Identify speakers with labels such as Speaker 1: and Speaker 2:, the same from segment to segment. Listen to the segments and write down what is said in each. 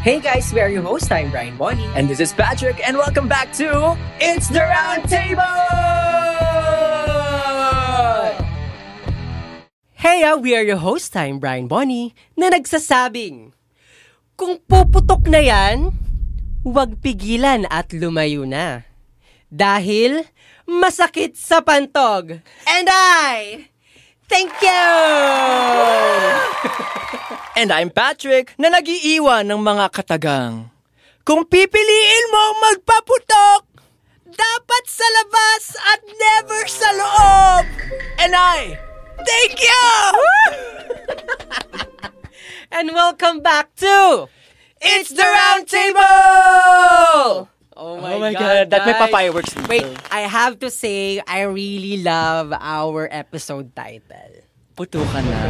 Speaker 1: Hey guys, we are your host. I'm Brian Bonnie.
Speaker 2: And this is Patrick, and welcome back to It's the Round Table!
Speaker 1: Hey, ah, we are your host. I'm Brian Bonnie na nagsasabing, kung puputok na yan, huwag pigilan at lumayo na. Dahil masakit sa pantog. And I, thank you!
Speaker 2: And I'm Patrick, na nag-iiwan ng mga katagang. Kung pipiliin mo ang magpaputok, dapat sa labas at never sa loob! And I, thank you!
Speaker 1: And welcome back to
Speaker 2: It's the Round Table!
Speaker 1: Oh
Speaker 2: Oh my God, that may
Speaker 1: guys.
Speaker 2: pa-fireworks dito.
Speaker 1: Wait, I have to say, I really love our episode title.
Speaker 2: Putukan na.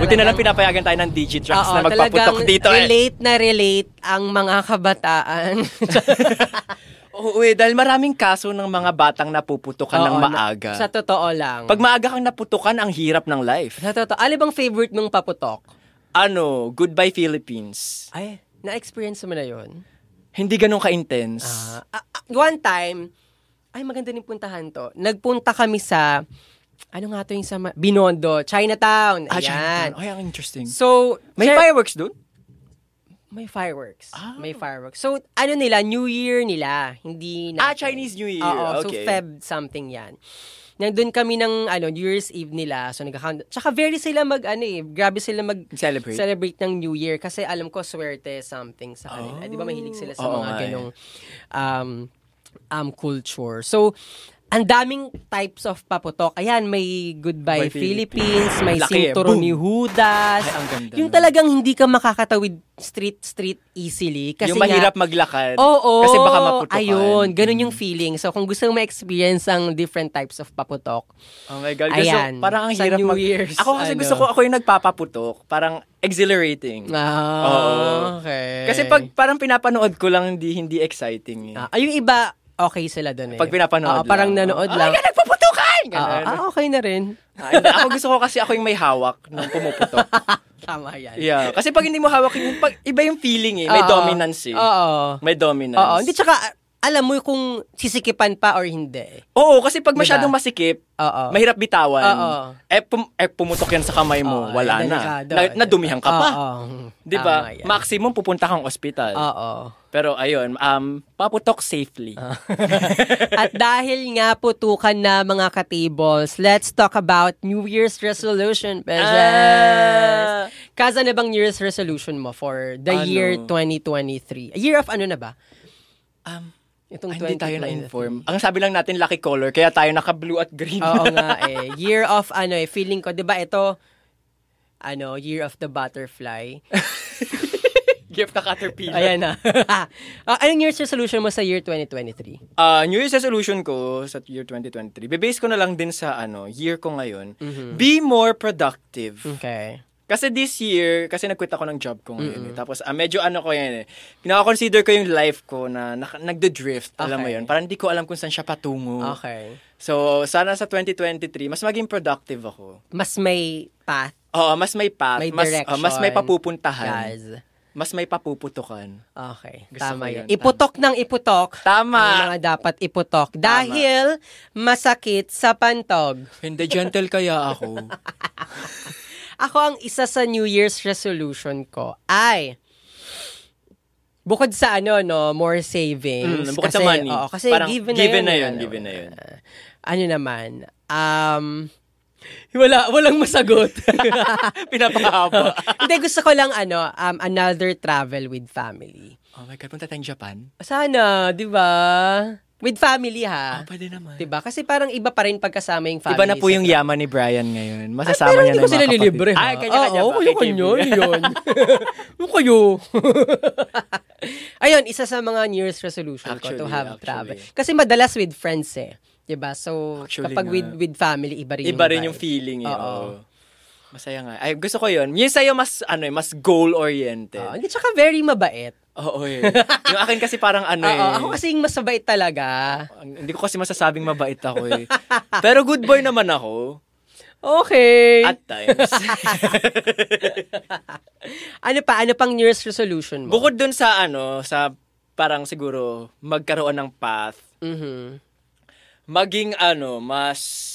Speaker 2: Buti na lang pinapayagan tayo ng Digitrax na magpaputok
Speaker 1: talagang
Speaker 2: dito eh.
Speaker 1: relate na relate ang mga kabataan.
Speaker 2: Oo eh, dahil maraming kaso ng mga batang napuputukan ng
Speaker 1: Oo, na-
Speaker 2: maaga.
Speaker 1: Sa totoo lang.
Speaker 2: Pag maaga kang naputukan, ang hirap ng life.
Speaker 1: sa totoo, alin bang favorite mong paputok?
Speaker 2: Ano, goodbye Philippines.
Speaker 1: Ay, na-experience mo na yun?
Speaker 2: Hindi ganun ka-intense.
Speaker 1: Ah, ah, ah, one time, ay maganda din puntahan to. Nagpunta kami sa, ano nga to yung sa, ma- Binondo, Chinatown.
Speaker 2: Ah,
Speaker 1: Ayan.
Speaker 2: Chinatown. Ay, ang interesting.
Speaker 1: So,
Speaker 2: May
Speaker 1: syem-
Speaker 2: fireworks dun?
Speaker 1: May fireworks.
Speaker 2: Ah.
Speaker 1: May fireworks. So, ano nila, New Year nila. Hindi na.
Speaker 2: Ah, Chinese New Year.
Speaker 1: Oo, so
Speaker 2: okay.
Speaker 1: Feb something yan. Nandun kami ng ano, New Year's Eve nila. So, nagkakanta. Tsaka very sila mag, ano eh, grabe sila mag
Speaker 2: Celebrate.
Speaker 1: celebrate ng New Year. Kasi alam ko, swerte something sa kanila. Di ba mahilig sila sa
Speaker 2: Oo
Speaker 1: mga
Speaker 2: nga eh.
Speaker 1: ganong um, um, culture. So, ang daming types of paputok. Ayan, may
Speaker 2: Goodbye
Speaker 1: Goodbye Philippines, may
Speaker 2: Laki eh.
Speaker 1: Sinturo
Speaker 2: Boom.
Speaker 1: ni Judas.
Speaker 2: Ay, ang ganda
Speaker 1: yung
Speaker 2: nun.
Speaker 1: talagang hindi ka makakatawid street-street easily. Kasi
Speaker 2: yung
Speaker 1: nga-
Speaker 2: mahirap maglakad.
Speaker 1: Oo.
Speaker 2: Kasi baka maputukan. Mm.
Speaker 1: Ayun, ganun yung feeling. So, kung gusto mong ma-experience ang different types of paputok,
Speaker 2: Oh my God. Gusto,
Speaker 1: Ayan,
Speaker 2: parang ang
Speaker 1: sa
Speaker 2: hirap
Speaker 1: New
Speaker 2: mag...
Speaker 1: Year's,
Speaker 2: Ako kasi
Speaker 1: ano.
Speaker 2: gusto ko, ako yung nagpapaputok. Parang exhilarating.
Speaker 1: ah,
Speaker 2: Oo.
Speaker 1: okay.
Speaker 2: Kasi pag parang pinapanood ko lang, hindi, hindi exciting. Eh.
Speaker 1: Ah, ay, yung iba, okay sila doon eh.
Speaker 2: Pag pinapanood
Speaker 1: Oo, parang
Speaker 2: lang.
Speaker 1: nanood
Speaker 2: Oh,
Speaker 1: lang.
Speaker 2: my God, nagpaputukan!
Speaker 1: Oo,
Speaker 2: Ganun.
Speaker 1: ah, okay na rin.
Speaker 2: Ah, hindi. ako gusto ko kasi ako yung may hawak nung pumuputok.
Speaker 1: Tama yan.
Speaker 2: Yeah. Kasi pag hindi mo hawak, yung, pag, iba yung feeling eh. May
Speaker 1: Oo.
Speaker 2: dominance eh.
Speaker 1: ah, Oo.
Speaker 2: May dominance.
Speaker 1: Oo. Hindi, tsaka alam mo kung sisikipan pa or hindi.
Speaker 2: Oo, kasi pag masyadong masikip,
Speaker 1: Diba? Oo.
Speaker 2: mahirap bitawan.
Speaker 1: Oo.
Speaker 2: Eh, pum- eh, pumutok yan sa kamay mo.
Speaker 1: Oo, eh,
Speaker 2: Wala na.
Speaker 1: delikado.
Speaker 2: na. Nadumihan ka pa.
Speaker 1: Oo.
Speaker 2: Di
Speaker 1: Tama
Speaker 2: ba?
Speaker 1: yan.
Speaker 2: Maximum pupunta kang ospital.
Speaker 1: Oo.
Speaker 2: Pero ayun, um, paputok safely.
Speaker 1: At dahil nga putukan na mga katables, let's talk about New Year's resolution, Peches.
Speaker 2: Ah.
Speaker 1: Kaza na bang New Year's resolution mo for the
Speaker 2: Ano?
Speaker 1: year 2023? A year of ano na ba?
Speaker 2: Um,
Speaker 1: Itong
Speaker 2: ay, hindi tayo
Speaker 1: 2023.
Speaker 2: na-inform. Ang sabi lang natin, lucky color, kaya tayo naka-blue at green.
Speaker 1: Oo nga eh. Year of ano eh, feeling ko, 'di ba ito ano, Year of the Butterfly.
Speaker 2: Gift na caterpillar.
Speaker 1: Ayan na. Ah, anong New Year's resolution mo sa year 2023?
Speaker 2: Ah, New Year's resolution ko sa year 2023, bibase ko na lang din sa ano, year ko ngayon,
Speaker 1: Mm-hmm.
Speaker 2: be more productive.
Speaker 1: Okay.
Speaker 2: Kasi this year, kasi nag-quit ako ng job ko ngayon. eh. Tapos ah, medyo ano ko yan eh. Kinakonsider ko yung life ko na nak- nagdo-drift, alam mo yun.
Speaker 1: Okay.
Speaker 2: Parang hindi ko alam kung saan siya patungo.
Speaker 1: Okay.
Speaker 2: So, sana sa 2023, mas maging productive ako.
Speaker 1: Mas may path,
Speaker 2: Oo, mas may path,
Speaker 1: may
Speaker 2: mas,
Speaker 1: direction.
Speaker 2: ah, mas may papupuntahan,
Speaker 1: Guys.
Speaker 2: mas may papuputukan.
Speaker 1: Okay,
Speaker 2: Gusto
Speaker 1: tama
Speaker 2: ko
Speaker 1: yun.
Speaker 2: yun.
Speaker 1: Iputok ng iputok. Ang
Speaker 2: Tama!
Speaker 1: mga dapat iputok. Dahil masakit sa pantog.
Speaker 2: Hindi, gentle kaya ako.
Speaker 1: Ako ang isa sa New Year's resolution ko ay bukod sa ano no, more savings.
Speaker 2: Mm, bukod sa money.
Speaker 1: oo, kasi
Speaker 2: Parang
Speaker 1: given na
Speaker 2: given
Speaker 1: yun.
Speaker 2: na
Speaker 1: eh,
Speaker 2: yun,
Speaker 1: ano,
Speaker 2: given na yun.
Speaker 1: uh, ano naman, um, wala, walang masagot.
Speaker 2: Pinapahaba.
Speaker 1: Hindi, gusto ko lang ano, um, another travel with family.
Speaker 2: oh my God, punta tayong Japan?
Speaker 1: Sana, di ba? With family
Speaker 2: Ah,
Speaker 1: ha.
Speaker 2: pwede naman.
Speaker 1: 'Di ba? Diba? Kasi parang iba pa rin pagkasama yung family.
Speaker 2: Iba na po
Speaker 1: sa-
Speaker 2: yung yaman ni Brian ngayon.
Speaker 1: Ay,
Speaker 2: Masasama
Speaker 1: pero
Speaker 2: niya na
Speaker 1: hindi ko
Speaker 2: yung
Speaker 1: sila
Speaker 2: mga kapatid.
Speaker 1: nililibre.
Speaker 2: Ay, Ah, kanya-kanya
Speaker 1: Oo,
Speaker 2: ba?
Speaker 1: kayo
Speaker 2: KKB.
Speaker 1: kanyo, yun. Yung kayo. Ayun, isa sa mga New Year's resolution ko to
Speaker 2: Actually,
Speaker 1: have
Speaker 2: actually.
Speaker 1: travel. Kasi madalas with friends eh. 'Di ba? So,
Speaker 2: Actually
Speaker 1: kapag
Speaker 2: nga.
Speaker 1: with, with family, iba rin yung
Speaker 2: Iba rin yung
Speaker 1: vibe.
Speaker 2: feeling eh.
Speaker 1: Oo.
Speaker 2: oo. Masaya nga. Ay, gusto ko yun. Yung sa'yo mas, ano eh, mas
Speaker 1: Oo,
Speaker 2: goal-oriented.
Speaker 1: Hindi, tsaka very mabait.
Speaker 2: Oo eh. yung akin kasi parang ano eh.
Speaker 1: Oo, Ah, ako kasi yung mas mabait talaga.
Speaker 2: Ang- Hindi ko kasi masasabing mabait ako eh. Pero good boy naman ako.
Speaker 3: Okay.
Speaker 2: At times.
Speaker 1: Ano pa? Ano pang New Year's resolution mo?
Speaker 2: Bukod dun sa ano, sa parang siguro magkaroon ng path,
Speaker 1: Mhm.
Speaker 2: maging ano, mas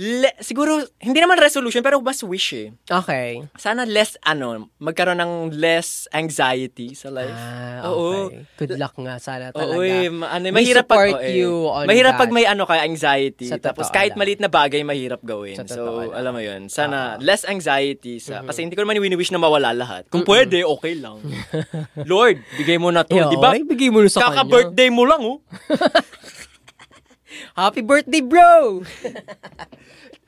Speaker 2: le- siguro hindi naman resolution pero mas wish eh.
Speaker 1: Okay.
Speaker 2: Sana less ano, magkaroon ng less anxiety sa life.
Speaker 1: Ah,
Speaker 2: Oo.
Speaker 1: okay. Good luck nga sana talaga.
Speaker 2: Oo, eh, ma- ano,
Speaker 1: We
Speaker 2: mahirap pag,
Speaker 1: support
Speaker 2: oo, eh.
Speaker 1: you on
Speaker 2: mahirap
Speaker 1: that.
Speaker 2: pag may ano ka anxiety.
Speaker 1: Sa
Speaker 2: Tapos
Speaker 1: totoo
Speaker 2: kahit
Speaker 1: lang.
Speaker 2: maliit na bagay mahirap gawin.
Speaker 1: Sa totoo
Speaker 2: so,
Speaker 1: lang. Mm-hmm.
Speaker 2: alam mo 'yun. Sana less anxiety sa kasi hindi ko naman wini-wish na mawala lahat. Kung pwede, okay lang. Lord, bigay mo na 'to,
Speaker 1: Eh,
Speaker 2: Oh, 'di ba?
Speaker 1: oo, ibigay mo na sa kanya.
Speaker 2: Kaka-birthday mo lang, oh.
Speaker 1: Happy birthday, bro!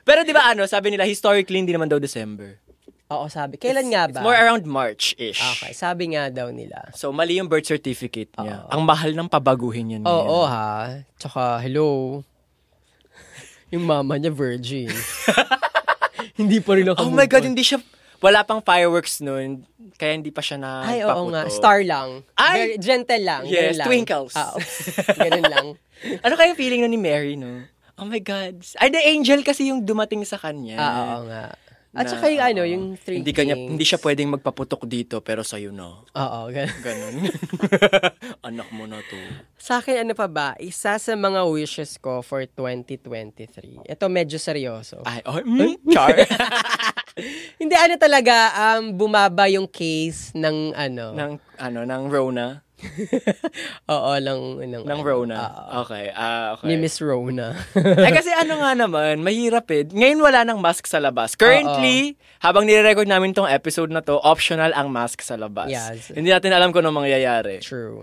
Speaker 2: Pero 'di ba ano, sabi nila historically hindi naman daw December.
Speaker 1: Oo, sabi. Kailan nga ba? Ah,
Speaker 2: It's more around March-ish.
Speaker 1: Okay, sabi nga daw nila.
Speaker 2: So mali yung birth certificate niya. Ang mahal ng pabaguhin yun.
Speaker 1: Oo
Speaker 2: Mia.
Speaker 1: ha. Tsaka, hello. Yung mama niya, virgin. hindi pa rin ako.
Speaker 2: Oh my God,
Speaker 1: move on.
Speaker 2: hindi siya... Wala pang fireworks noon, kaya hindi pa siya na
Speaker 1: Ay, oo nga. Star lang.
Speaker 2: Ay!
Speaker 1: Very gentle lang.
Speaker 2: Yes,
Speaker 1: ganun lang.
Speaker 2: twinkles.
Speaker 1: Oo. ganun lang.
Speaker 2: ano kaya feeling nun ni Mary, no? Oh my God. Ay, the angel kasi yung dumating sa kanya.
Speaker 1: Ah, oo nga. At
Speaker 2: Na,
Speaker 1: saka yung ano,
Speaker 2: oo.
Speaker 1: yung three
Speaker 2: hindi kanya,
Speaker 1: kings.
Speaker 2: Hindi siya pwedeng magpaputok dito, pero sa'yo no.
Speaker 1: Oo, ganun.
Speaker 2: Ganun. Anak mo na to.
Speaker 1: Sa akin, ano pa ba? Isa sa mga wishes ko for 2023. Ito medyo seryoso.
Speaker 2: Ay, oh, mm, char.
Speaker 1: Hindi, ano talaga, um, bumaba yung case ng ano.
Speaker 2: ng, ano, ng Rona.
Speaker 1: Oo, ng... ng,
Speaker 2: Ng Rona. Okay, ah, okay.
Speaker 1: Ni Miss Rona.
Speaker 2: Ay, kasi ano nga naman, mahirap eh. Ngayon wala nang mask sa labas. Currently, habang nire-record namin tong episode na to, optional ang mask sa labas.
Speaker 1: Yes.
Speaker 2: Hindi natin alam kung ano mangyayari.
Speaker 1: True.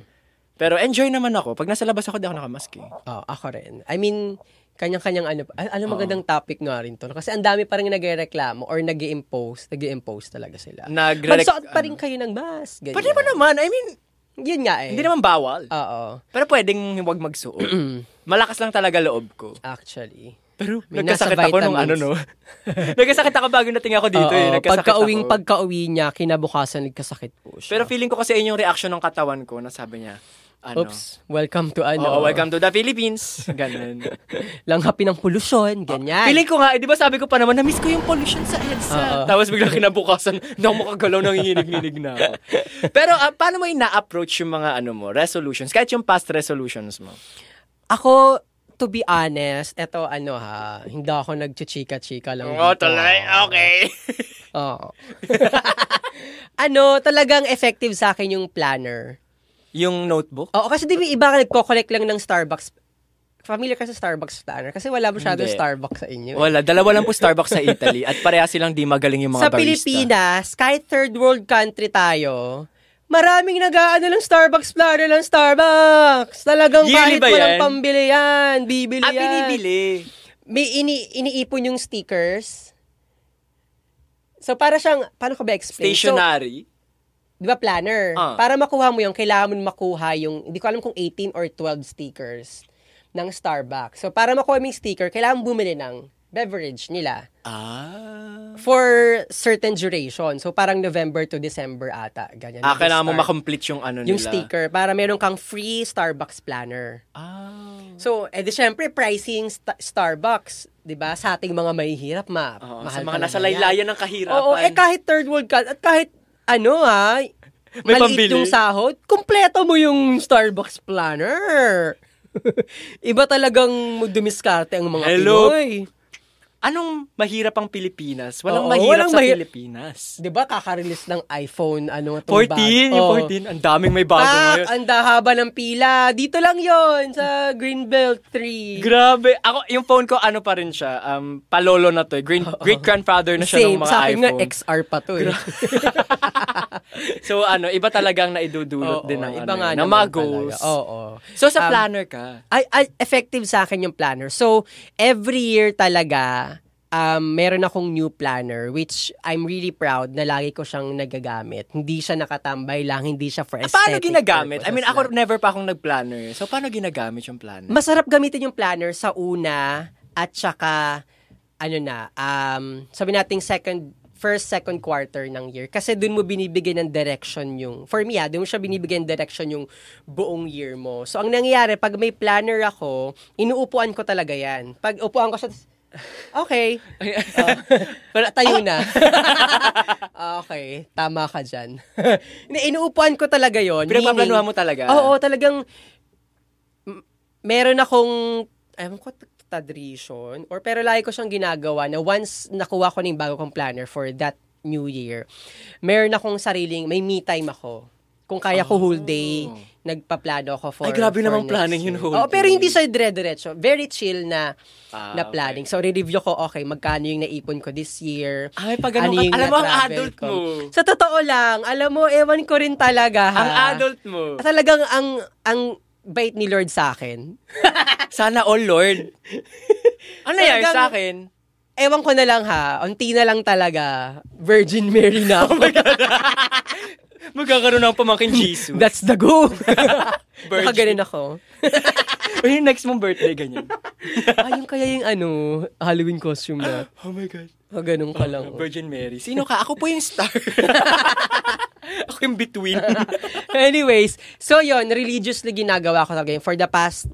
Speaker 2: Pero enjoy naman ako. Pag nasa labas ako, di ako nakamask eh.
Speaker 1: Oo, Ah, ako rin. I mean, kanyang-kanyang ano. a- Ano magandang topic nga rin to? no? Kasi ang dami parang nagreklamo or nag impose nag impose talaga sila.
Speaker 2: Nagre-
Speaker 1: Magsuot pa rin kayo ng mask.
Speaker 2: ano?
Speaker 1: Ganyan.
Speaker 2: Pwede pa naman. I mean,
Speaker 1: Yun nga eh.
Speaker 2: hindi naman bawal.
Speaker 1: Oo,
Speaker 2: Pero pwedeng huwag magsuot. Malakas lang talaga loob ko.
Speaker 1: actually.
Speaker 2: Pero
Speaker 1: May
Speaker 2: nagkasakit
Speaker 1: nasa
Speaker 2: ako nung ano
Speaker 1: vitamins.
Speaker 2: no. nagkasakit ako bago nating ako dito eh.
Speaker 1: Oo,
Speaker 2: Nagkasakit
Speaker 1: pagka-uwing,
Speaker 2: ako.
Speaker 1: pagka-uwi niya, kinabukasan nagkasakit po siya.
Speaker 2: Pero feeling ko kasi yun yung reaction ng katawan ko na sabi niya, ano,
Speaker 1: Oops, welcome to ano.
Speaker 2: Oo, welcome to the Philippines. Ganun.
Speaker 1: Langhapi ng polusyon,
Speaker 2: Ah,
Speaker 1: ganyan.
Speaker 2: Feeling ko nga, eh, di ba sabi ko pa naman, na-miss ko yung pollution sa EDSA.
Speaker 1: Oo.
Speaker 2: Tapos biglang kinabukasan, hindi ako makagalaw, nanginginig-ninig na ako. Pero ah, paano mo ina-approach yung mga ano mo, resolutions, kahit yung past resolutions mo?
Speaker 1: Ako, to be honest, eto ano ha, hindi ako nagchichika-chika lang.
Speaker 2: Oo,
Speaker 1: dito,
Speaker 2: tuloy.
Speaker 1: ha.
Speaker 2: Okay.
Speaker 1: Oo. ano, talagang effective sa akin yung planner.
Speaker 2: Yung notebook?
Speaker 1: Oo, kasi di ba iba ka nagko-collect lang ng Starbucks. Familiar ka sa Starbucks planner kasi wala masyado
Speaker 2: Hindi.
Speaker 1: Starbucks sa inyo.
Speaker 2: Wala, dalawa lang po Starbucks sa Italy at pareha silang di magaling yung mga
Speaker 1: sa
Speaker 2: barista.
Speaker 1: Pilipinas, kahit third world country tayo, maraming nag-aano lang Starbucks planner lang Starbucks. Talagang
Speaker 2: Yearly
Speaker 1: kahit
Speaker 2: ba
Speaker 1: walang
Speaker 2: yan?
Speaker 1: pambili yan, bibili
Speaker 2: Ah,
Speaker 1: yan.
Speaker 2: binibili.
Speaker 1: may ini iniipon yung stickers. So, para siyang, paano ko ba explain?
Speaker 2: Stationary.
Speaker 1: So, di ba planner?
Speaker 2: Ah.
Speaker 1: Para makuha mo yung, kailangan mo makuha yung, hindi ko alam kung 18 or 12 stickers ng Starbucks. So, para makuha mo yung sticker, kailangan bumili ng beverage nila
Speaker 2: ah.
Speaker 1: for certain duration. So, parang November to December ata. Ganyan.
Speaker 2: Ah, kailangan mo
Speaker 1: Start-
Speaker 2: makomplete yung ano nila.
Speaker 1: Yung sticker, para meron kang free Starbucks planner.
Speaker 2: Ah.
Speaker 1: So, eh di syempre, pricing sta- Starbucks, di ba? Sa ating mga mahihirap, ma
Speaker 2: Oo, sa
Speaker 1: mahal
Speaker 2: mga
Speaker 1: talaga
Speaker 2: nasa
Speaker 1: yan.
Speaker 2: laylayan ng kahirapan.
Speaker 1: Oo, eh kahit third world ka, at kahit ano ha,
Speaker 2: May
Speaker 1: maliit
Speaker 2: pambili.
Speaker 1: yung sahod, kumpleto mo yung Starbucks planner. Iba talagang dumiskarte ang mga
Speaker 2: Hello.
Speaker 1: Pinoy.
Speaker 2: Anong mahirap ang Pilipinas? Walang
Speaker 1: Oo,
Speaker 2: mahirap
Speaker 1: walang
Speaker 2: sa
Speaker 1: mahi-
Speaker 2: Pilipinas.
Speaker 1: Di ba kakarelease ng iPhone, ano nga
Speaker 2: 14, yung 14. Ang daming may bago
Speaker 1: Ah,
Speaker 2: ngayon.
Speaker 1: ang dahaba ng pila. Dito lang yon sa Greenbelt 3.
Speaker 2: Grabe. Ako, yung phone ko, ano pa rin siya. Um, palolo na to. eh. Great, great grandfather na siya ng mga
Speaker 1: sa akin nga,
Speaker 2: iPhone.
Speaker 1: XR pa to. Eh.
Speaker 2: so ano, iba talagang naidudulot
Speaker 1: Oo,
Speaker 2: din ng,
Speaker 1: iba
Speaker 2: ano,
Speaker 1: nga
Speaker 2: ng
Speaker 1: naman
Speaker 2: mga goals.
Speaker 1: talaga. Oo.
Speaker 2: So sa
Speaker 1: Um,
Speaker 2: planner ka.
Speaker 1: Ay, ay, effective sa akin yung planner. So, every year talaga, um, meron akong new planner which I'm really proud na lagi ko siyang nagagamit. Hindi siya nakatambay lang, hindi siya for aesthetic
Speaker 2: Ah, Paano ginagamit? I
Speaker 1: purposes
Speaker 2: mean, ako
Speaker 1: lang.
Speaker 2: never pa akong nag-planner. So paano ginagamit yung planner?
Speaker 1: Masarap gamitin yung planner sa una at saka, ano na, um, sabi nating second first, second quarter ng year. Kasi dun mo binibigyan ng direction yung, for me ah, dun mo siya binibigyan ng direction yung buong year mo. So, ang nangyayari, pag may planner ako, inuupuan ko talaga yan. Pag upuan ko siya, Okay. Para tayo na. okay, tama ka dyan. Hindi, Inuupuan ko talaga yon.
Speaker 2: Pinagpaplanuhan
Speaker 1: meaning-
Speaker 2: mo talaga?
Speaker 1: Oo, talagang m- meron akong, ayaw ko, tadrition, or pero lagi ko siyang ginagawa na once nakuha ko na yung bago kong planner for that new year, meron akong sariling, may me time ako. Kung kaya ko whole day, nagpaplano ako for
Speaker 2: Ah. Ay, grabe
Speaker 1: for
Speaker 2: namang
Speaker 1: next
Speaker 2: planning yun,
Speaker 1: year.
Speaker 2: whole
Speaker 1: Oo, pero
Speaker 2: day.
Speaker 1: hindi siya dire-diretso. Very chill na
Speaker 2: Ah,
Speaker 1: na planning. So, re-review ko, okay, magkano yung naipon ko this year.
Speaker 2: Ay, pag ganun Ah,
Speaker 1: Ano
Speaker 2: ka- alam mo, ang adult mo.
Speaker 1: Sa totoo lang, alam mo, ewan ko rin talaga, ha?
Speaker 2: Ang adult mo.
Speaker 1: Talagang ang, ang bait ni Lord sa akin.
Speaker 2: Sana all Lord. ano nangyari
Speaker 1: Talagang-
Speaker 2: sa akin?
Speaker 1: Ewan ko na lang, ha? Unti na lang talaga, Virgin Mary na
Speaker 2: Oh
Speaker 1: ako.
Speaker 2: Magkakaroon ng pamangkin Jesus.
Speaker 1: That's the go.
Speaker 2: Virgin.
Speaker 1: Nakaganin ako.
Speaker 2: yung next mong birthday, ganyan.
Speaker 1: Ayun kaya yung ano, Halloween costume na.
Speaker 2: Oh my God.
Speaker 1: O, ganun ka lang. oh.
Speaker 2: Virgin Mary. Sino ka? Ako po yung star. Ako yung between.
Speaker 1: Anyways, so yon religiously ginagawa ko talaga yun for the past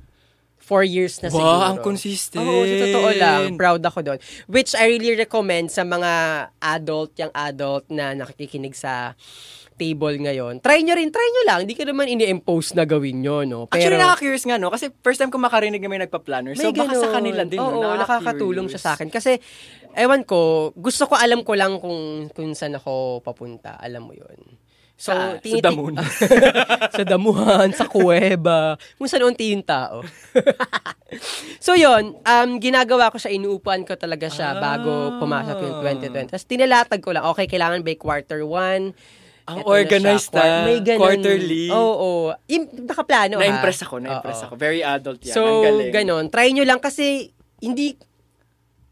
Speaker 1: four years na siguro.
Speaker 2: Wow, ang consistent.
Speaker 1: Oo, sa totoo lang. Proud ako doon. Which I really recommend sa mga adult, yung adult na nakikinig sa table ngayon. Try nyo rin, try nyo lang. Hindi ka naman ini-impose na gawin nyo, no?
Speaker 2: Actually, nakaka-curious nga, no? Kasi first time ko makarinig na may nagpa-planner. So,
Speaker 1: may
Speaker 2: baka sa
Speaker 1: ganun.
Speaker 2: kanila din,
Speaker 1: Oo,
Speaker 2: no?
Speaker 1: nakakatulong siya sa akin. Kasi, ewan ko, gusto ko alam ko lang kung, kung saan ako papunta. Alam mo yun. So,
Speaker 2: Sa- sa
Speaker 1: tinitik-
Speaker 2: damuhan.
Speaker 1: sa damuhan, sa kuweba, kung saan unti yung tao. so, yon um, ginagawa ko siya, inuupuan ko talaga
Speaker 2: Ah.
Speaker 1: siya bago pumasok yung 2020. Tapos, tinalatag ko lang, okay, kailangan by quarter one.
Speaker 2: Ang Ah,
Speaker 1: Eto na siya,
Speaker 2: organized,
Speaker 1: quar-
Speaker 2: ah.
Speaker 1: may ganun.
Speaker 2: Quarterly.
Speaker 1: Oo, oo. Im- nakaplano, ha?
Speaker 2: Na-impress ako, na-impress
Speaker 1: Oo.
Speaker 2: ako. Very adult yan.
Speaker 1: So,
Speaker 2: ang galing.
Speaker 1: ganon. Try nyo lang kasi hindi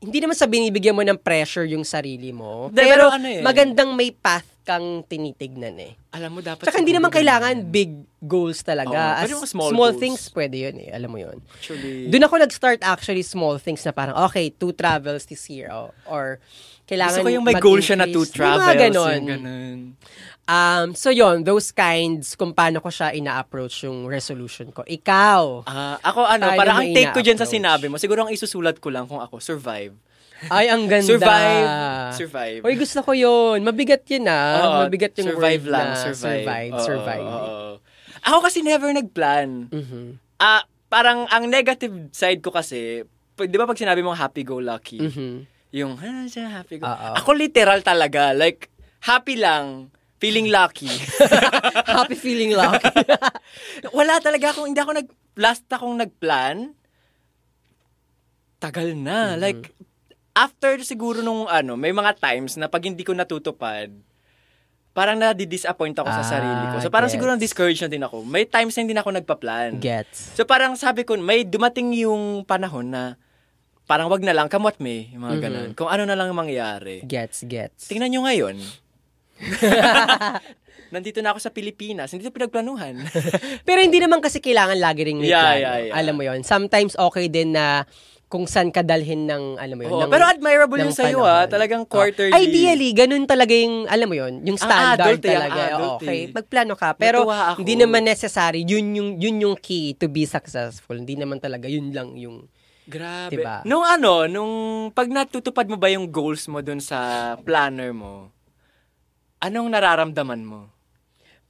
Speaker 1: hindi naman sa binibigyan mo ng pressure yung sarili mo.
Speaker 2: Hindi,
Speaker 1: pero
Speaker 2: pero ano eh.
Speaker 1: magandang may path kang tinitignan eh.
Speaker 2: Alam mo, dapat...
Speaker 1: Tsaka hindi naman
Speaker 2: siguro
Speaker 1: kailangan big goals
Speaker 2: Oo,
Speaker 1: talaga. As
Speaker 2: pwede mga small goals. Eh.
Speaker 1: things, pwede yun eh. Alam mo yun.
Speaker 2: Actually.
Speaker 1: Doon ako nag-start actually small things na parang, okay, two travels this year. oh, or kailangan
Speaker 2: Gusto ko yung may goal siya na two
Speaker 1: mag-increase. Yung
Speaker 2: travels.
Speaker 1: Mga ganon.
Speaker 2: Yung ganun.
Speaker 1: Um, so yon those kinds kung paano ko siya ina-approach yung resolution ko. Ikaw.
Speaker 2: Ah, ako ano,
Speaker 1: Paano
Speaker 2: parang
Speaker 1: mo
Speaker 2: ang take ko dyan sa
Speaker 1: ina-approach?
Speaker 2: sinabi mo, siguro ang isusulat ko lang kung ako, survive.
Speaker 1: Ay, ang ganda.
Speaker 2: Survive. Survive.
Speaker 1: Uy, gusto ko yun. Mabigat yun ah.
Speaker 2: Oo,
Speaker 1: Mabigat yung
Speaker 2: survive
Speaker 1: word
Speaker 2: lang,
Speaker 1: na
Speaker 2: survive.
Speaker 1: Survive,
Speaker 2: Oo,
Speaker 1: survive.
Speaker 2: oo, oo. Ako kasi never nagplan.
Speaker 1: Mhm.
Speaker 2: Ah, parang ang negative side ko kasi, p- 'di ba pag sinabi mong happy go lucky,
Speaker 1: Mhm.
Speaker 2: yung ah, siya happy go.
Speaker 1: Oo.
Speaker 2: Ako literal talaga, like happy lang, feeling lucky.
Speaker 1: Happy feeling lang.
Speaker 2: Wala talaga akong hindi ako nag last akong nagplan. Tagal
Speaker 1: Mm-hmm.
Speaker 2: na, like after siguro nung ano, may mga times na pag hindi ko natutupad, parang nadi-disappoint ako sa
Speaker 1: Ah,
Speaker 2: sarili ko. So parang
Speaker 1: gets.
Speaker 2: siguro na-discourage na din ako. May times na hindi na ako nagpa-plan.
Speaker 1: Gets.
Speaker 2: So parang sabi ko, may dumating yung panahon na parang wag na lang, kamot me, yung
Speaker 1: Mm-hmm.
Speaker 2: mga ganun. Kung ano na lang ang mangyayari.
Speaker 1: Gets, gets.
Speaker 2: Tingnan nyo ngayon. Nandito na ako sa Pilipinas, hindi ko pinagplanuhan.
Speaker 1: Pero hindi naman kasi kailangan lagi ring may
Speaker 2: Yeah,
Speaker 1: plano.
Speaker 2: yeah, yeah.
Speaker 1: Alam mo yon Sometimes okay din na kung saan kadalhin ng, alam mo yun,
Speaker 2: Oo,
Speaker 1: ng-
Speaker 2: pero admirable
Speaker 1: ng
Speaker 2: yun sa'yo ah,
Speaker 1: panahon.
Speaker 2: talagang
Speaker 1: Oo.
Speaker 2: quarterly.
Speaker 1: Ideally, ganun talaga yung, alam mo yun, yung
Speaker 2: Ang
Speaker 1: standard
Speaker 2: adult eh, ang
Speaker 1: talaga. Oo,
Speaker 2: adult
Speaker 1: okay,
Speaker 2: eh.
Speaker 1: magplano ka. Pero
Speaker 2: Natuwa ako.
Speaker 1: hindi naman necessary. Yun yung, yun yung key to be successful. Hindi naman talaga yun lang yung
Speaker 2: Grabe.
Speaker 1: Diba?
Speaker 2: Nung ano, nung pag natutupad mo ba yung goals mo dun sa planner mo, anong nararamdaman mo?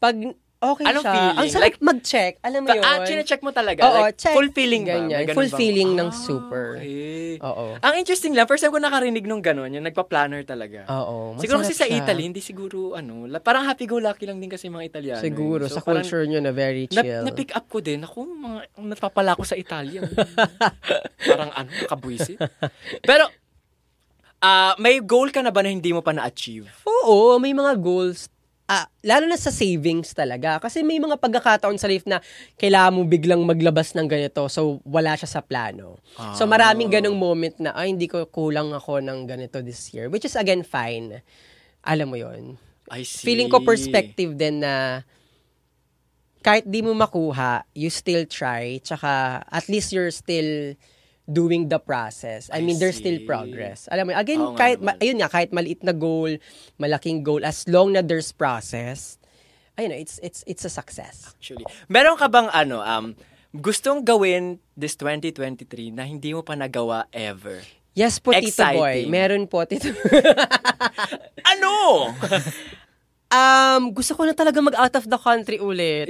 Speaker 1: pag okay
Speaker 2: Anong
Speaker 1: siya,
Speaker 2: feeling?
Speaker 1: ang sarap
Speaker 2: Like-
Speaker 1: mag-check. Alam mo
Speaker 2: Pa,
Speaker 1: yun?
Speaker 2: ah, chine-check mo talaga?
Speaker 1: Oo,
Speaker 2: like,
Speaker 1: check.
Speaker 2: fulfilling ba?
Speaker 1: Ganyan,
Speaker 2: May ganun
Speaker 1: fulfilling
Speaker 2: bang-
Speaker 1: ng super.
Speaker 2: Ah, okay.
Speaker 1: Oo.
Speaker 2: Ang interesting lang, first time ko nakarinig nung gano'n, yung nagpa-planner talaga.
Speaker 1: Oo.
Speaker 2: siguro
Speaker 1: Ah, masarap
Speaker 2: kasi sa
Speaker 1: siya.
Speaker 2: Italy, hindi siguro ano, la- parang happy-go-lucky lang din kasi mga Italiano. eh.
Speaker 1: Siguro,
Speaker 2: So,
Speaker 1: sa
Speaker 2: parang
Speaker 1: culture nyo na very
Speaker 2: Na,
Speaker 1: chill.
Speaker 2: na-pick up ko din, ako, mga, napapala ko sa Italia. parang ano, kabuisi. Pero, ah may goal ka na ba na hindi mo pa na-achieve?
Speaker 1: Oo, may mga goals. Ah, lalo na sa savings talaga. Kasi may mga pagkakataon sa life na kailangan mo biglang maglabas ng ganito so wala siya sa plano.
Speaker 2: Ah.
Speaker 1: So maraming ganong moment na, ay, hindi ko kulang ako ng ganito this year. Which is again, fine. Alam mo yon
Speaker 2: I see.
Speaker 1: Feeling ko perspective din na kahit di mo makuha, you still try. Tsaka at least you're still doing the process. I,
Speaker 2: I
Speaker 1: mean, there's still
Speaker 2: see.
Speaker 1: progress. Alam mo, again,
Speaker 2: Oo nga
Speaker 1: kahit, ma-
Speaker 2: naman.
Speaker 1: ayun nga, kahit maliit na goal, malaking goal, as long na there's process, ayun na, it's, it's, it's a success.
Speaker 2: Actually. Meron ka bang ano, um, gustong gawin this 2023 na hindi mo pa nagawa ever?
Speaker 1: Yes po, Tito
Speaker 2: Exciting.
Speaker 1: Boy. Meron po, Tito.
Speaker 2: Ano?
Speaker 1: um, gusto ko na talaga mag-out of the country ulit.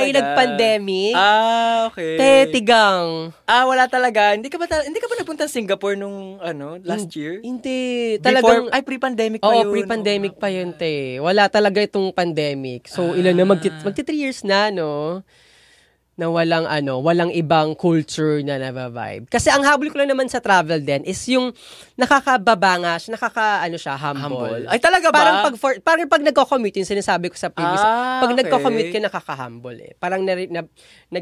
Speaker 2: ano
Speaker 1: yung
Speaker 2: talaga?
Speaker 1: nag-pandemic.
Speaker 2: Ah, okay.
Speaker 1: tetigang.
Speaker 2: Ah, wala talaga. Hindi ka ba tal- hindi ka ba napunta sa Singapore nung ano, last year?
Speaker 1: Hindi.
Speaker 2: Before-
Speaker 1: Talagang,
Speaker 2: ay pre-pandemic pa
Speaker 1: Oo,
Speaker 2: yun.
Speaker 1: pre-pandemic pa yun, te. Wala talaga itong
Speaker 2: Ah.
Speaker 1: pandemic. So, ilan na, magti, magti three years na, no? Na walang, ano, walang ibang culture na nabavibe. Kasi ang habol ko lang naman sa travel din is yung nakakababanga siya, nakaka, ano siya, humble.
Speaker 2: Humble. Ay, talaga ba?
Speaker 1: Parang pag, for, parang pag nagko-commute, yung sinasabi ko sa previous,
Speaker 2: Ah,
Speaker 1: pag
Speaker 2: okay.
Speaker 1: nagko-commute ka, nakaka-humble eh. Parang na, na,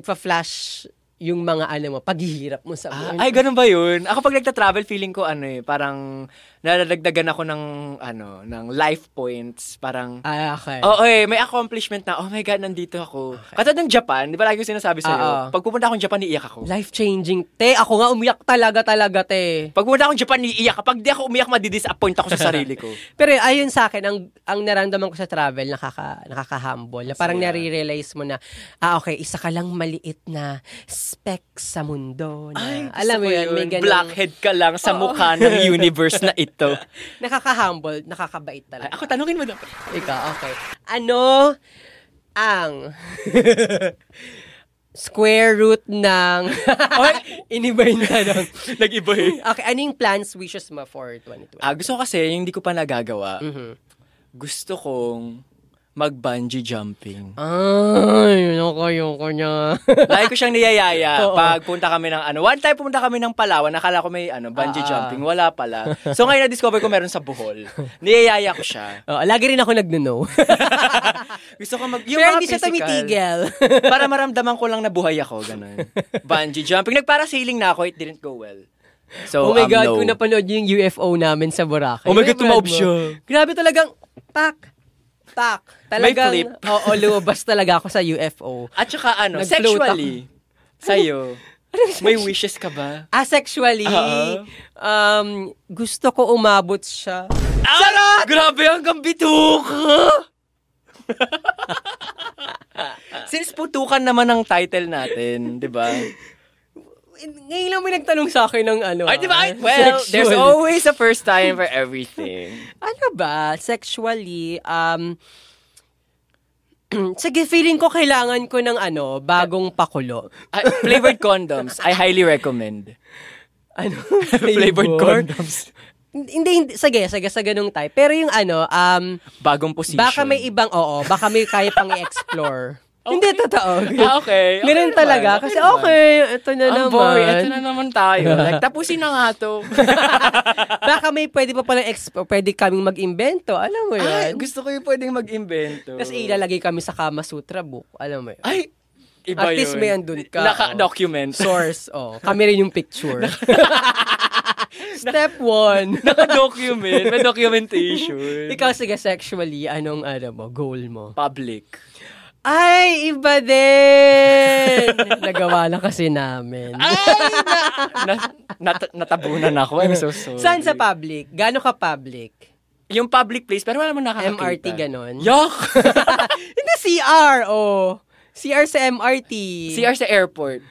Speaker 1: nagpa-flash yung mga, ano mo, paghihirap mo sa
Speaker 2: Ah, ay,
Speaker 1: buhay.
Speaker 2: ganun ba yun? Ako pag nagta-travel, feeling ko ano eh, parang nadadagdagan ako ng ano, ng life points. Parang,
Speaker 1: Ah, okay.
Speaker 2: Oo, eh, may accomplishment na, oh my God, nandito ako. Katulad ng Japan, di ba lagi ko sinasabi
Speaker 1: Oo.
Speaker 2: sa'yo, pag pupunta akong Japan, iiyak ako.
Speaker 1: Life-changing. Te, ako nga umiyak talaga talaga, te.
Speaker 2: Pag pumunta akong Japan, iiyak. Kapag di ako umiyak, madidisappoint ako sa sarili ko.
Speaker 1: Pero yun, ayun sa akin, ang, ang naramdaman ko sa travel, nakaka, nakaka-humble. Na parang
Speaker 2: Saya.
Speaker 1: nare-realize mo na, ah okay, isa ka lang maliit na speck sa mundo. Na, alam
Speaker 2: Gusto
Speaker 1: mo
Speaker 2: ko
Speaker 1: yun, may ganun.
Speaker 2: Blackhead ka lang sa mukha ng universe na ito.
Speaker 1: Nakaka-humble, nakakabait
Speaker 2: Ay,
Speaker 1: talaga.
Speaker 2: ako, tanungin mo dapat.
Speaker 1: Ikaw, okay. Ano ang square root ng... Iniba yung tanong.
Speaker 2: Nag-iba eh.
Speaker 1: Okay, ano yung plans, wishes mo for 2020?
Speaker 2: Ah, gusto ko kasi, yung hindi ko pa nagagawa,
Speaker 1: Mhm.
Speaker 2: gusto kong mag-bungee jumping.
Speaker 1: Ay, Ah, yun ako, yun ko niya.
Speaker 2: Lagi ko siyang niyayaya
Speaker 1: Oo.
Speaker 2: pag punta kami ng ano. One time pumunta kami ng Palawan, nakala ko may ano, bungee
Speaker 1: Ah.
Speaker 2: jumping. Wala pala. So ngayon na-discover ko meron sa Bohol. Niyayaya ko siya.
Speaker 1: Oo, Oh, lagi rin ako nagno-no.
Speaker 2: Gusto ko mag...
Speaker 1: Pero hindi siya
Speaker 2: physical,
Speaker 1: tumitigil.
Speaker 2: para maramdaman ko lang na buhay ako, ganun. Bungee jumping. Nagparasailing na ako, it didn't go well. So,
Speaker 1: oh my
Speaker 2: um,
Speaker 1: God,
Speaker 2: no.
Speaker 1: kung napanood niyo yung UFO namin sa Boracay.
Speaker 2: Oh my God,
Speaker 1: Remember
Speaker 2: tumaob
Speaker 1: mo?
Speaker 2: siya.
Speaker 1: Grabe talagang, tak, tak. Talagang,
Speaker 2: flip.
Speaker 1: oo, lumabas talaga ako sa UFO.
Speaker 2: At saka ano,
Speaker 1: Nag-float
Speaker 2: sexually, sa'yo, may wishes ka ba?
Speaker 1: Asexually,
Speaker 2: Oo.
Speaker 1: um, gusto ko umabot siya.
Speaker 2: Sarap! Grabe, hanggang bituk! Since putukan naman ang title natin, di ba?
Speaker 1: Ngayon lang may nagtanong sa akin ng ano.
Speaker 2: Ay, di ba?
Speaker 1: ah,
Speaker 2: Well, there's
Speaker 1: sexual.
Speaker 2: always a first time for everything.
Speaker 1: ano ba, sexually, um, sige, feeling ko kailangan ko ng ano, bagong pakulo.
Speaker 2: Ah, flavored condoms, I highly recommend.
Speaker 1: Ano?
Speaker 2: flavored
Speaker 1: Flavor?
Speaker 2: condoms.
Speaker 1: Hindi, hindi. Sige, sige, sa ganung type. Pero yung ano, um,
Speaker 2: Bagong position.
Speaker 1: baka may ibang, oo, baka may kaya pang i-explore. Hindi, totoo.
Speaker 2: Ah, okay.
Speaker 1: Ganun
Speaker 2: Okay
Speaker 1: talaga.
Speaker 2: naman,
Speaker 1: Kasi
Speaker 2: okay
Speaker 1: okay, ito na
Speaker 2: Ang
Speaker 1: naman.
Speaker 2: boy, eto na naman tayo. Like, tapusin na nga to.
Speaker 1: Baka may pwede pa pala, exp- pwede kaming mag-invento. Alam mo
Speaker 2: Ay,
Speaker 1: yun?
Speaker 2: Ah, gusto ko yung pwedeng mag-invento.
Speaker 1: Tapos ilalagay kami sa Kama Sutra book. Alam mo yun?
Speaker 2: Ay, iba
Speaker 1: At least
Speaker 2: yun.
Speaker 1: may andun ka,
Speaker 2: Naka-document.
Speaker 1: Source, oh. Kami rin yung picture. Step one.
Speaker 2: Naka-document. May documentation.
Speaker 1: Ikaw, sige, sexually, anong ano mo, goal mo?
Speaker 2: Public.
Speaker 1: Ay, iba din! Ah! Nagawa lang kasi namin.
Speaker 2: Ay, na, na, nat- natabunan ako. I'm so sorry.
Speaker 1: Saan sa public? Gano'n ka public?
Speaker 2: Yung public place, pero wala mo nakakakita.
Speaker 1: MRT ganon?
Speaker 2: Yuck!
Speaker 1: Hindi, CR, oh. CR sa MRT.
Speaker 2: CR sa airport.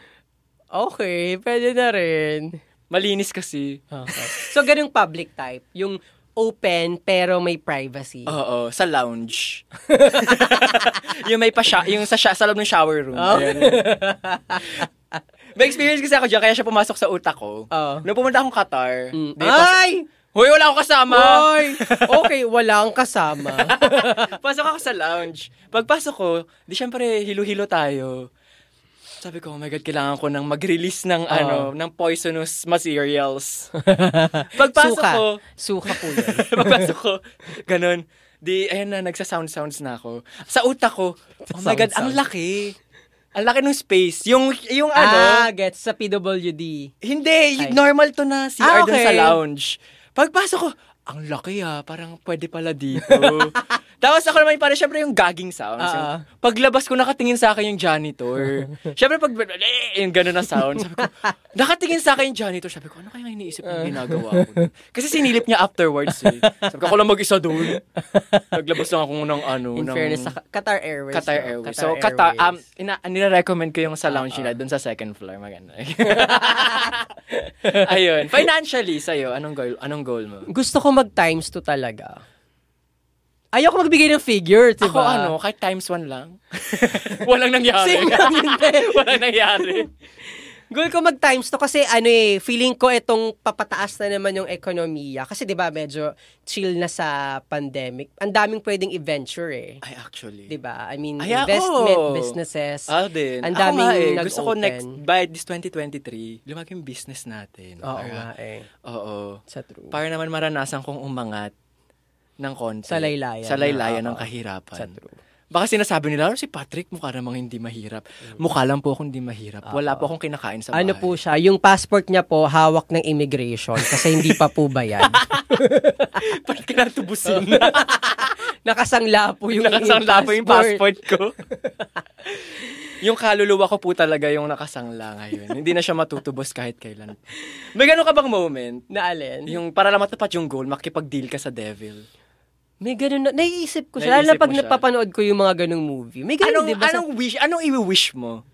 Speaker 1: Okay, pwede na rin.
Speaker 2: Malinis kasi.
Speaker 1: Okay. So, ganung public type. Yung open pero may privacy.
Speaker 2: Oo, sa lounge. yung may pa yung sa, sha- sa loob ng shower room.
Speaker 1: Oh.
Speaker 2: Ayan. may experience kasi ako dyan, kaya siya pumasok sa utak ko.
Speaker 1: Oo.
Speaker 2: Nung pumunta akong Qatar,
Speaker 1: Ah. Oh. Mm.
Speaker 2: di, pas-
Speaker 1: Ay!
Speaker 2: Hoy, wala akong kasama!
Speaker 1: Oy! Okay, wala kang kasama.
Speaker 2: Pasok ako sa lounge. Pagpasok ko, di syempre, hilo-hilo tayo. Sabi ko, oh my God, kailangan ko nang mag-release ng, ano, ng poisonous materials. Pagpasok
Speaker 1: Suka.
Speaker 2: ko,
Speaker 1: Suka po yun.
Speaker 2: Pagpasok ko, ganun. Di, ayan na, nagsa-sound-sounds na ako. Sa utak ko, oh my God, ang
Speaker 1: Sound-sounds.
Speaker 2: laki. Ang laki ng space. Yung, yung
Speaker 1: Ah,
Speaker 2: ano,
Speaker 1: gets sa PWD.
Speaker 2: hindi, y-
Speaker 1: Ay.
Speaker 2: normal to na CR
Speaker 1: Ah,
Speaker 2: dun
Speaker 1: okay.
Speaker 2: sa lounge. Pagpasok ko, ang laki ah, parang pwede pala dito. Tapos ako naman, parang syempre yung gagging sounds. yung
Speaker 1: Ah.
Speaker 2: paglabas ko, nakatingin sa akin yung janitor. syempre pag, eh, yung ganun na sound. Sabi ko, nakatingin sa akin yung janitor. Sabi ko, ano kaya iniisip
Speaker 1: Ah.
Speaker 2: ng ginagawa ko? dun?" Kasi sinilip niya afterwards eh. Sabi ko, ako lang mag-isa doon. Naglabas lang ako ng ano.
Speaker 1: In
Speaker 2: ng,
Speaker 1: fairness, sa Qatar Airways.
Speaker 2: Qatar
Speaker 1: no?
Speaker 2: Airways. so, Qatar, um,
Speaker 1: Airways. Uh-huh.
Speaker 2: ina, nila-recommend ko yung sa lounge nila dun sa second floor. Maganda. Ayun. Financially, sa'yo, anong goal, anong goal mo?
Speaker 1: Gusto ko mag times to talaga. Ayoko magbigay ng figure, diba?
Speaker 2: Ako ano, kahit times one lang. Walang nangyari.
Speaker 1: Same lang yun, te.
Speaker 2: Walang nangyari.
Speaker 1: Goal ko mag times to kasi ano eh, feeling ko itong papataas na naman yung ekonomiya. Kasi 'di ba medyo chill na sa pandemic. Ang daming pwedeng i-venture eh.
Speaker 2: Ay, actually.
Speaker 1: 'Di ba? I mean,
Speaker 2: Ay,
Speaker 1: investment
Speaker 2: oo.
Speaker 1: businesses.
Speaker 2: Ah, din.
Speaker 1: Ang
Speaker 2: Ako
Speaker 1: daming
Speaker 2: nga eh,
Speaker 1: nag-open.
Speaker 2: Gusto ko next, by this 2023, lumaki yung business natin.
Speaker 1: Oo
Speaker 2: Para-
Speaker 1: nga eh.
Speaker 2: Oo.
Speaker 1: Sa true.
Speaker 2: Para naman maranasan kong umangat ng konti.
Speaker 1: Sa laylayan.
Speaker 2: Sa laylayan
Speaker 1: Oo.
Speaker 2: ng kahirapan.
Speaker 1: Sa true.
Speaker 2: Baka sinasabi nila, "Oh, si Patrick mukha namang hindi mahirap. Mukha lang po akong hindi mahirap. Wala po akong kinakain sa bahay.
Speaker 1: Mm. Ano po siya, yung passport niya po hawak ng immigration kasi hindi pa po bayad.
Speaker 2: Ba't kinatubusin?
Speaker 1: Nakasangla po yung
Speaker 2: nakasangla po yung passport ko. yung kaluluwa ko po talaga yung nakasangla ngayon. Hindi na siya matutubos kahit kailan. May ganun ka bang moment?
Speaker 1: Na alin?
Speaker 2: Yung para lang matapat yung goal, makipag-deal ka sa devil.
Speaker 1: May ganun na, naiisip ko siya.
Speaker 2: Naiisip
Speaker 1: Lalo na pag
Speaker 2: mo siya.
Speaker 1: napapanood ko yung mga ganung movie. May ganun,
Speaker 2: Anong,
Speaker 1: di ba? sa-
Speaker 2: anong wish, anong i-wish mo?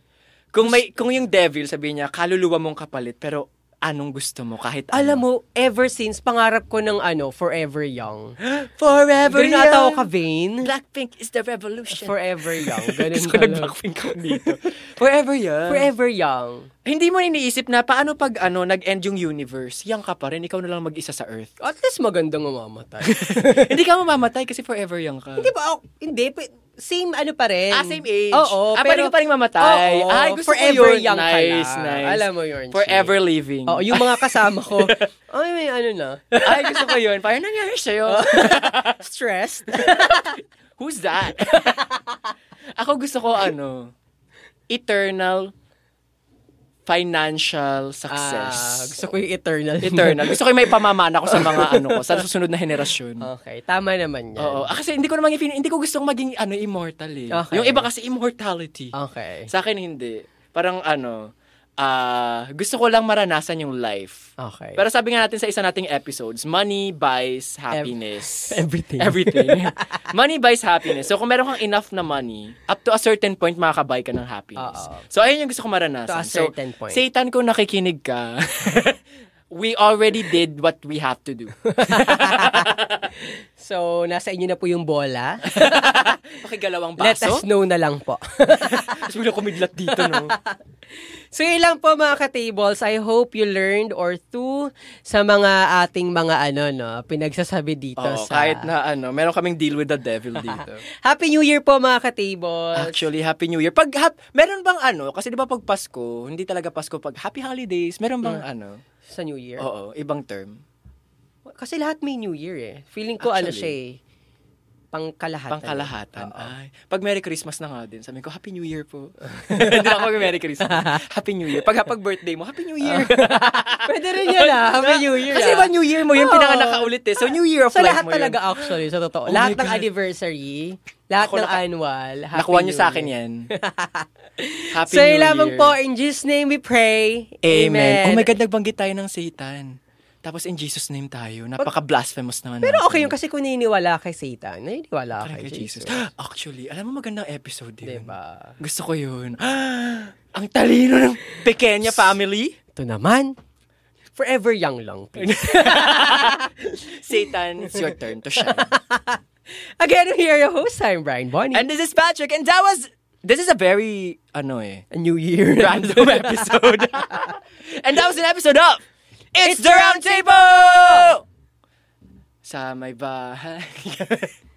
Speaker 2: Kung may kung yung devil sabihin niya, kaluluwa mong kapalit, pero anong gusto mo kahit ano?
Speaker 1: alam mo, ever since, pangarap ko ng ano, Forever Young.
Speaker 2: forever
Speaker 1: Ganun
Speaker 2: young.
Speaker 1: ata ako ka-vain.
Speaker 2: Blackpink is the revolution.
Speaker 1: Forever Young. Ganun
Speaker 2: Gusto ko
Speaker 1: talaga.
Speaker 2: nag-blackpink ako dito. forever young.
Speaker 1: Forever Young.
Speaker 2: Hindi mo iniisip na paano pag ano nag-end yung universe, young ka pa rin, ikaw na lang mag-isa sa earth.
Speaker 1: At least magandang mamamatay.
Speaker 2: Hindi ka mamamatay kasi forever young ka.
Speaker 1: di ba? Oh, hindi. pe- Same ano pa rin.
Speaker 2: Ah, same age.
Speaker 1: Oo.
Speaker 2: ah, pwede ka pa rin mamatay.
Speaker 1: Oo,
Speaker 2: Ay, gusto ko
Speaker 1: forever
Speaker 2: yun.
Speaker 1: young ka
Speaker 2: nice,
Speaker 1: lang.
Speaker 2: nice.
Speaker 1: Alam mo yun,
Speaker 2: Forever living.
Speaker 1: Oo, yung mga kasama ko. Ay, may ano na.
Speaker 2: Ay, gusto ko yun. Parang nangyari
Speaker 1: Oh.
Speaker 2: sa'yo.
Speaker 1: Stressed.
Speaker 2: Who's that? Ako gusto ko ano, eternal financial success.
Speaker 1: Ah, gusto ko yung eternal.
Speaker 2: Eternal. Gusto ko yung may pamamana ko sa mga ano ko, sa susunod na henerasyon.
Speaker 1: Okay, tama naman yan.
Speaker 2: Oo. Ah, kasi hindi ko naman, ifin- hindi ko gustong maging ano, immortal eh.
Speaker 1: Okay.
Speaker 2: Yung iba kasi immortality.
Speaker 1: Okay.
Speaker 2: Sa akin hindi. Parang ano, ah, gusto ko lang maranasan yung life.
Speaker 1: Okay.
Speaker 2: Pero sabi nga natin sa isa nating episodes, money buys happiness.
Speaker 1: everything.
Speaker 2: Everything. money buys happiness. So kung meron kang enough na money, up to a certain point makakabuy ka ng happiness.
Speaker 1: Oo.
Speaker 2: So ayun yung gusto ko maranasan.
Speaker 1: To a
Speaker 2: So,
Speaker 1: certain point.
Speaker 2: Satan, kung nakikinig ka, we already did what we have to do.
Speaker 1: So, nasa inyo na po yung bola.
Speaker 2: Pakigalawang
Speaker 1: Let us
Speaker 2: baso.
Speaker 1: know na lang po.
Speaker 2: Tapos bigla kumidlat dito, no?
Speaker 1: so, yun lang po mga ka-tables. I hope you learned or two sa mga ating mga ano, no, pinagsasabi dito
Speaker 2: Oo,
Speaker 1: sa...
Speaker 2: kahit na ano, meron kaming deal with the devil dito.
Speaker 1: Happy New Year po mga ka-tables.
Speaker 2: Actually, Happy New Year. Pag hap, meron bang ano, kasi di ba pag Pasko, hindi talaga Pasko pag Happy Holidays, meron bang ano?
Speaker 1: Sa New Mm. Year.
Speaker 2: Oo, ibang term.
Speaker 1: Kasi lahat may New Year eh. Feeling ko ano
Speaker 2: Actually.
Speaker 1: siya eh. Pangkalahatan.
Speaker 2: Pangkalahatan.
Speaker 1: Oo.
Speaker 2: Ay, pag Merry Christmas na nga din, sabi ko, Happy New Year po. Hindi na ako mag Merry Christmas. Happy New Year. Pag, pag birthday mo, Happy New Year.
Speaker 1: Pwede rin yan ah. Happy New Year
Speaker 2: Kasi
Speaker 1: ah.
Speaker 2: ba New Year mo, yung
Speaker 1: Oo.
Speaker 2: pinanganakaulit eh. So, New Year of
Speaker 1: Sa
Speaker 2: life
Speaker 1: lahat
Speaker 2: mo
Speaker 1: talaga
Speaker 2: yun.
Speaker 1: actually, sa totoo.
Speaker 2: Oh my
Speaker 1: lahat ng
Speaker 2: God.
Speaker 1: anniversary, lahat
Speaker 2: Ako
Speaker 1: ng
Speaker 2: naka-
Speaker 1: annual. Happy
Speaker 2: Nakuha niyo
Speaker 1: New
Speaker 2: sa akin
Speaker 1: Year.
Speaker 2: yan. Happy
Speaker 1: So
Speaker 2: New
Speaker 1: yun lamang
Speaker 2: Year.
Speaker 1: po, in Jesus' name we pray.
Speaker 2: Amen. Oh my God, nagbanggit tayo ng Satan. Tapos in Jesus' name tayo. Napaka-blasphemous naman.
Speaker 1: Pero
Speaker 2: natin.
Speaker 1: okay yun kasi kung niniwala kay Satan, naniniwala
Speaker 2: Parang
Speaker 1: kay Jesus.
Speaker 2: Actually, alam mo magandang episode yun.
Speaker 1: Diba?
Speaker 2: Gusto ko yun. Ang talino ng Pequeña family.
Speaker 1: Ito naman, forever young lang. please.
Speaker 2: Satan, it's your turn to shine.
Speaker 1: Again, we are your host, I'm Brian Bonnie.
Speaker 2: And this is Patrick. And that was... This is a very, ano eh,
Speaker 1: a new year.
Speaker 2: random episode. and that was an episode of It's, the Round Table! Sa may bahay.